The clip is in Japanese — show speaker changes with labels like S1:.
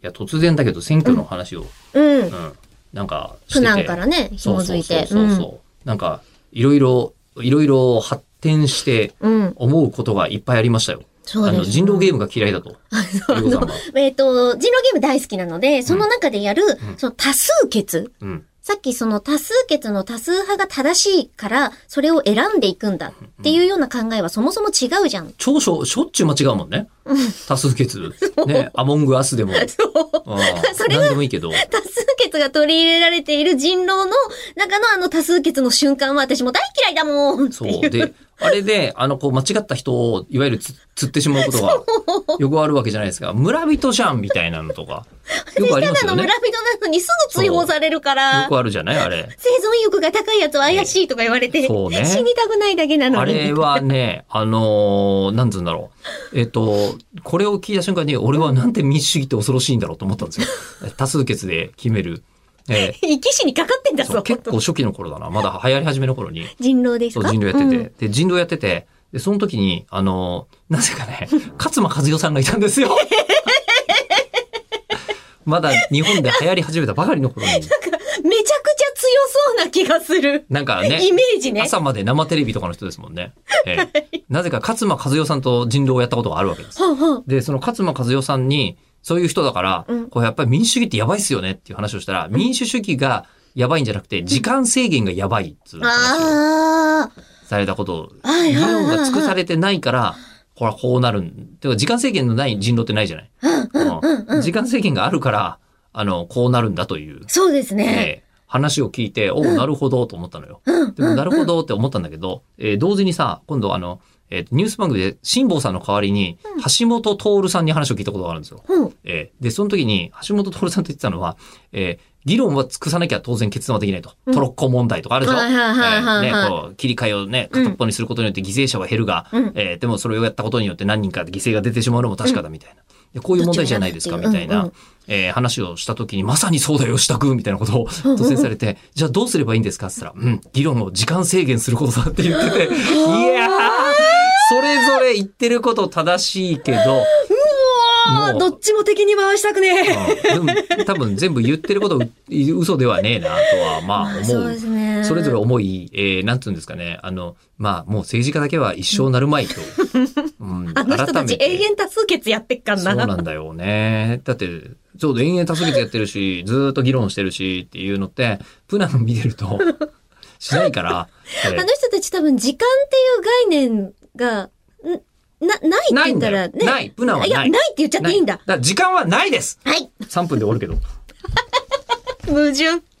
S1: や、突然だけど選挙の話を、
S2: うん
S1: う。ん、なんかして
S2: 普
S1: て。
S2: 段からね、紐づいて。
S1: そうそうそうそう、なんか、いろいろ、いろいろ発展して、
S2: うん。うん。
S1: 思うことがいっぱいありましたよ。
S2: そう
S1: あ
S2: で
S1: の、
S2: す。
S1: 人狼ゲームが嫌いだと。
S2: あ
S1: ゆうこさん
S2: の
S1: は。
S2: えっと、人狼ゲーム大好きなので、その中でやる
S1: う、ん
S2: その多数決。
S1: うん。
S2: さっきその多数決の多数派が正しいから、それを選んでいくんだっていうような考えはそもそも違うじゃん。
S1: 長所、しょっちゅう間違うもんね。多数決。ね、アモングアスでも。ああ
S2: それ
S1: 何でもいいけど。
S2: 多数決が取り入れられている人狼の中のあの多数決の瞬間は私もう大嫌いだもんって
S1: そ。
S2: いう
S1: で、あれで、あの、こう、間違った人を、いわゆるつ釣ってしまうことが、よくあるわけじゃないですか。村人じゃんみたいなのとか。よ くあります
S2: ただ
S1: よ
S2: の村
S1: ね。
S2: 人なのにすぐ追放されるから
S1: よ、くあるじゃないあれ。
S2: 生存意欲が高いやつは怪しいとか言われて、
S1: ねそうね
S2: 死にたくないだけなの
S1: あ
S2: に。
S1: れはね、あのーなんつうんだろう。えっ、と、これを聞いた瞬間に、俺はなんて民主主義って恐ろしいんだろうと思ったんですよ。 多数決で決める。え
S2: 生き死にかかってんだ
S1: ーそ
S2: ぞ
S1: う、結構初期の頃だな。まだ流行り始めの頃に、
S2: 人狼です
S1: そう
S2: か
S1: 人狼やってて、
S2: うん
S1: で、人狼やってて、で、その時に、あのーなぜかね、勝間和代さんがいたんです よ。まだ日本で流行り始めたばかりの頃に、
S2: めちゃくちゃ強そうな気がする。
S1: なんかね
S2: イ、メージね。
S1: 朝まで生テレビとかの人ですもんね。ええなぜか勝間和代さんと人狼をやったことがあるわけです。
S2: はんはん
S1: で、その勝間和代さんに、そういう人だから、
S2: うん
S1: これやっぱり民主主義ってやばいっすよねっていう話をしたら、民主主義がやばいんじゃなくて、時間制限がやばいっていう話を
S2: あー
S1: されたことを、
S2: はい
S1: 議
S2: はいはいはい
S1: 論が尽くされてないから、これはこうなるん。てか時間制限のない人狼ってないじゃない。うん時間制限があるから、あの、こうなるんだという、
S2: そうですね。
S1: えー話を聞いて、おうなるほどと思ったのよ。
S2: うん
S1: でも、なるほどって思ったんだけど、えー同時にさ、今度あの、えーニュース番組で辛坊さんの代わりに、橋本徹さんに話を聞いたことがあるんですよ。
S2: うん。
S1: えーで、その時に、橋本徹さんと言ってたのは、えー議論は尽くさなきゃ当然決断はできないと。トロッコ問題とかあるでしょ、
S2: はいはいはいはい
S1: え
S2: はい
S1: ーね、こう切り替えをね、片っぽにすることによって犠牲者は減るが、
S2: うん
S1: えーでもそれをやったことによって何人か犠牲が出てしまうのも確かだみたいな。でこういう問題じゃないですか、
S2: どっ
S1: み
S2: ちも
S1: た
S2: や
S1: い
S2: るっていう
S1: な、
S2: うんうん
S1: えー話をした時に、まさにそうだよ、したくみたいなことを突然されて、じゃあどうすればいいんですかって言ったら、うん、議論を時間制限することだって言 ってて、いやー、それぞれ言ってること正しいけど、
S2: あ
S1: も
S2: ー
S1: う
S2: どっちも敵に回したくねえ。
S1: うんでも多分全部言ってることう嘘ではねえなとはまあ思
S2: そう
S1: う
S2: で。すね。
S1: それぞれ思い、えー、なんて言うんですかね。あの、まあ、もう政治家だけは一生なるまい と。うん、
S2: あの人た
S1: 改め
S2: ち永
S1: て
S2: 遠多数決やってっかんな。
S1: そうなんだよね。だって、ちょうど延々多数決やってるし、ずーっと議論してるしっていうのって、プナの見てる と、しないから、えー
S2: あの人たち多分時間っていう概念が、んな、ないって言ったらね。
S1: ないんだよないプナンはない
S2: や、ないって言っちゃっていいんだ。
S1: から時間はないです
S2: はい。
S1: !3 分で終わるけど。
S2: 矛盾。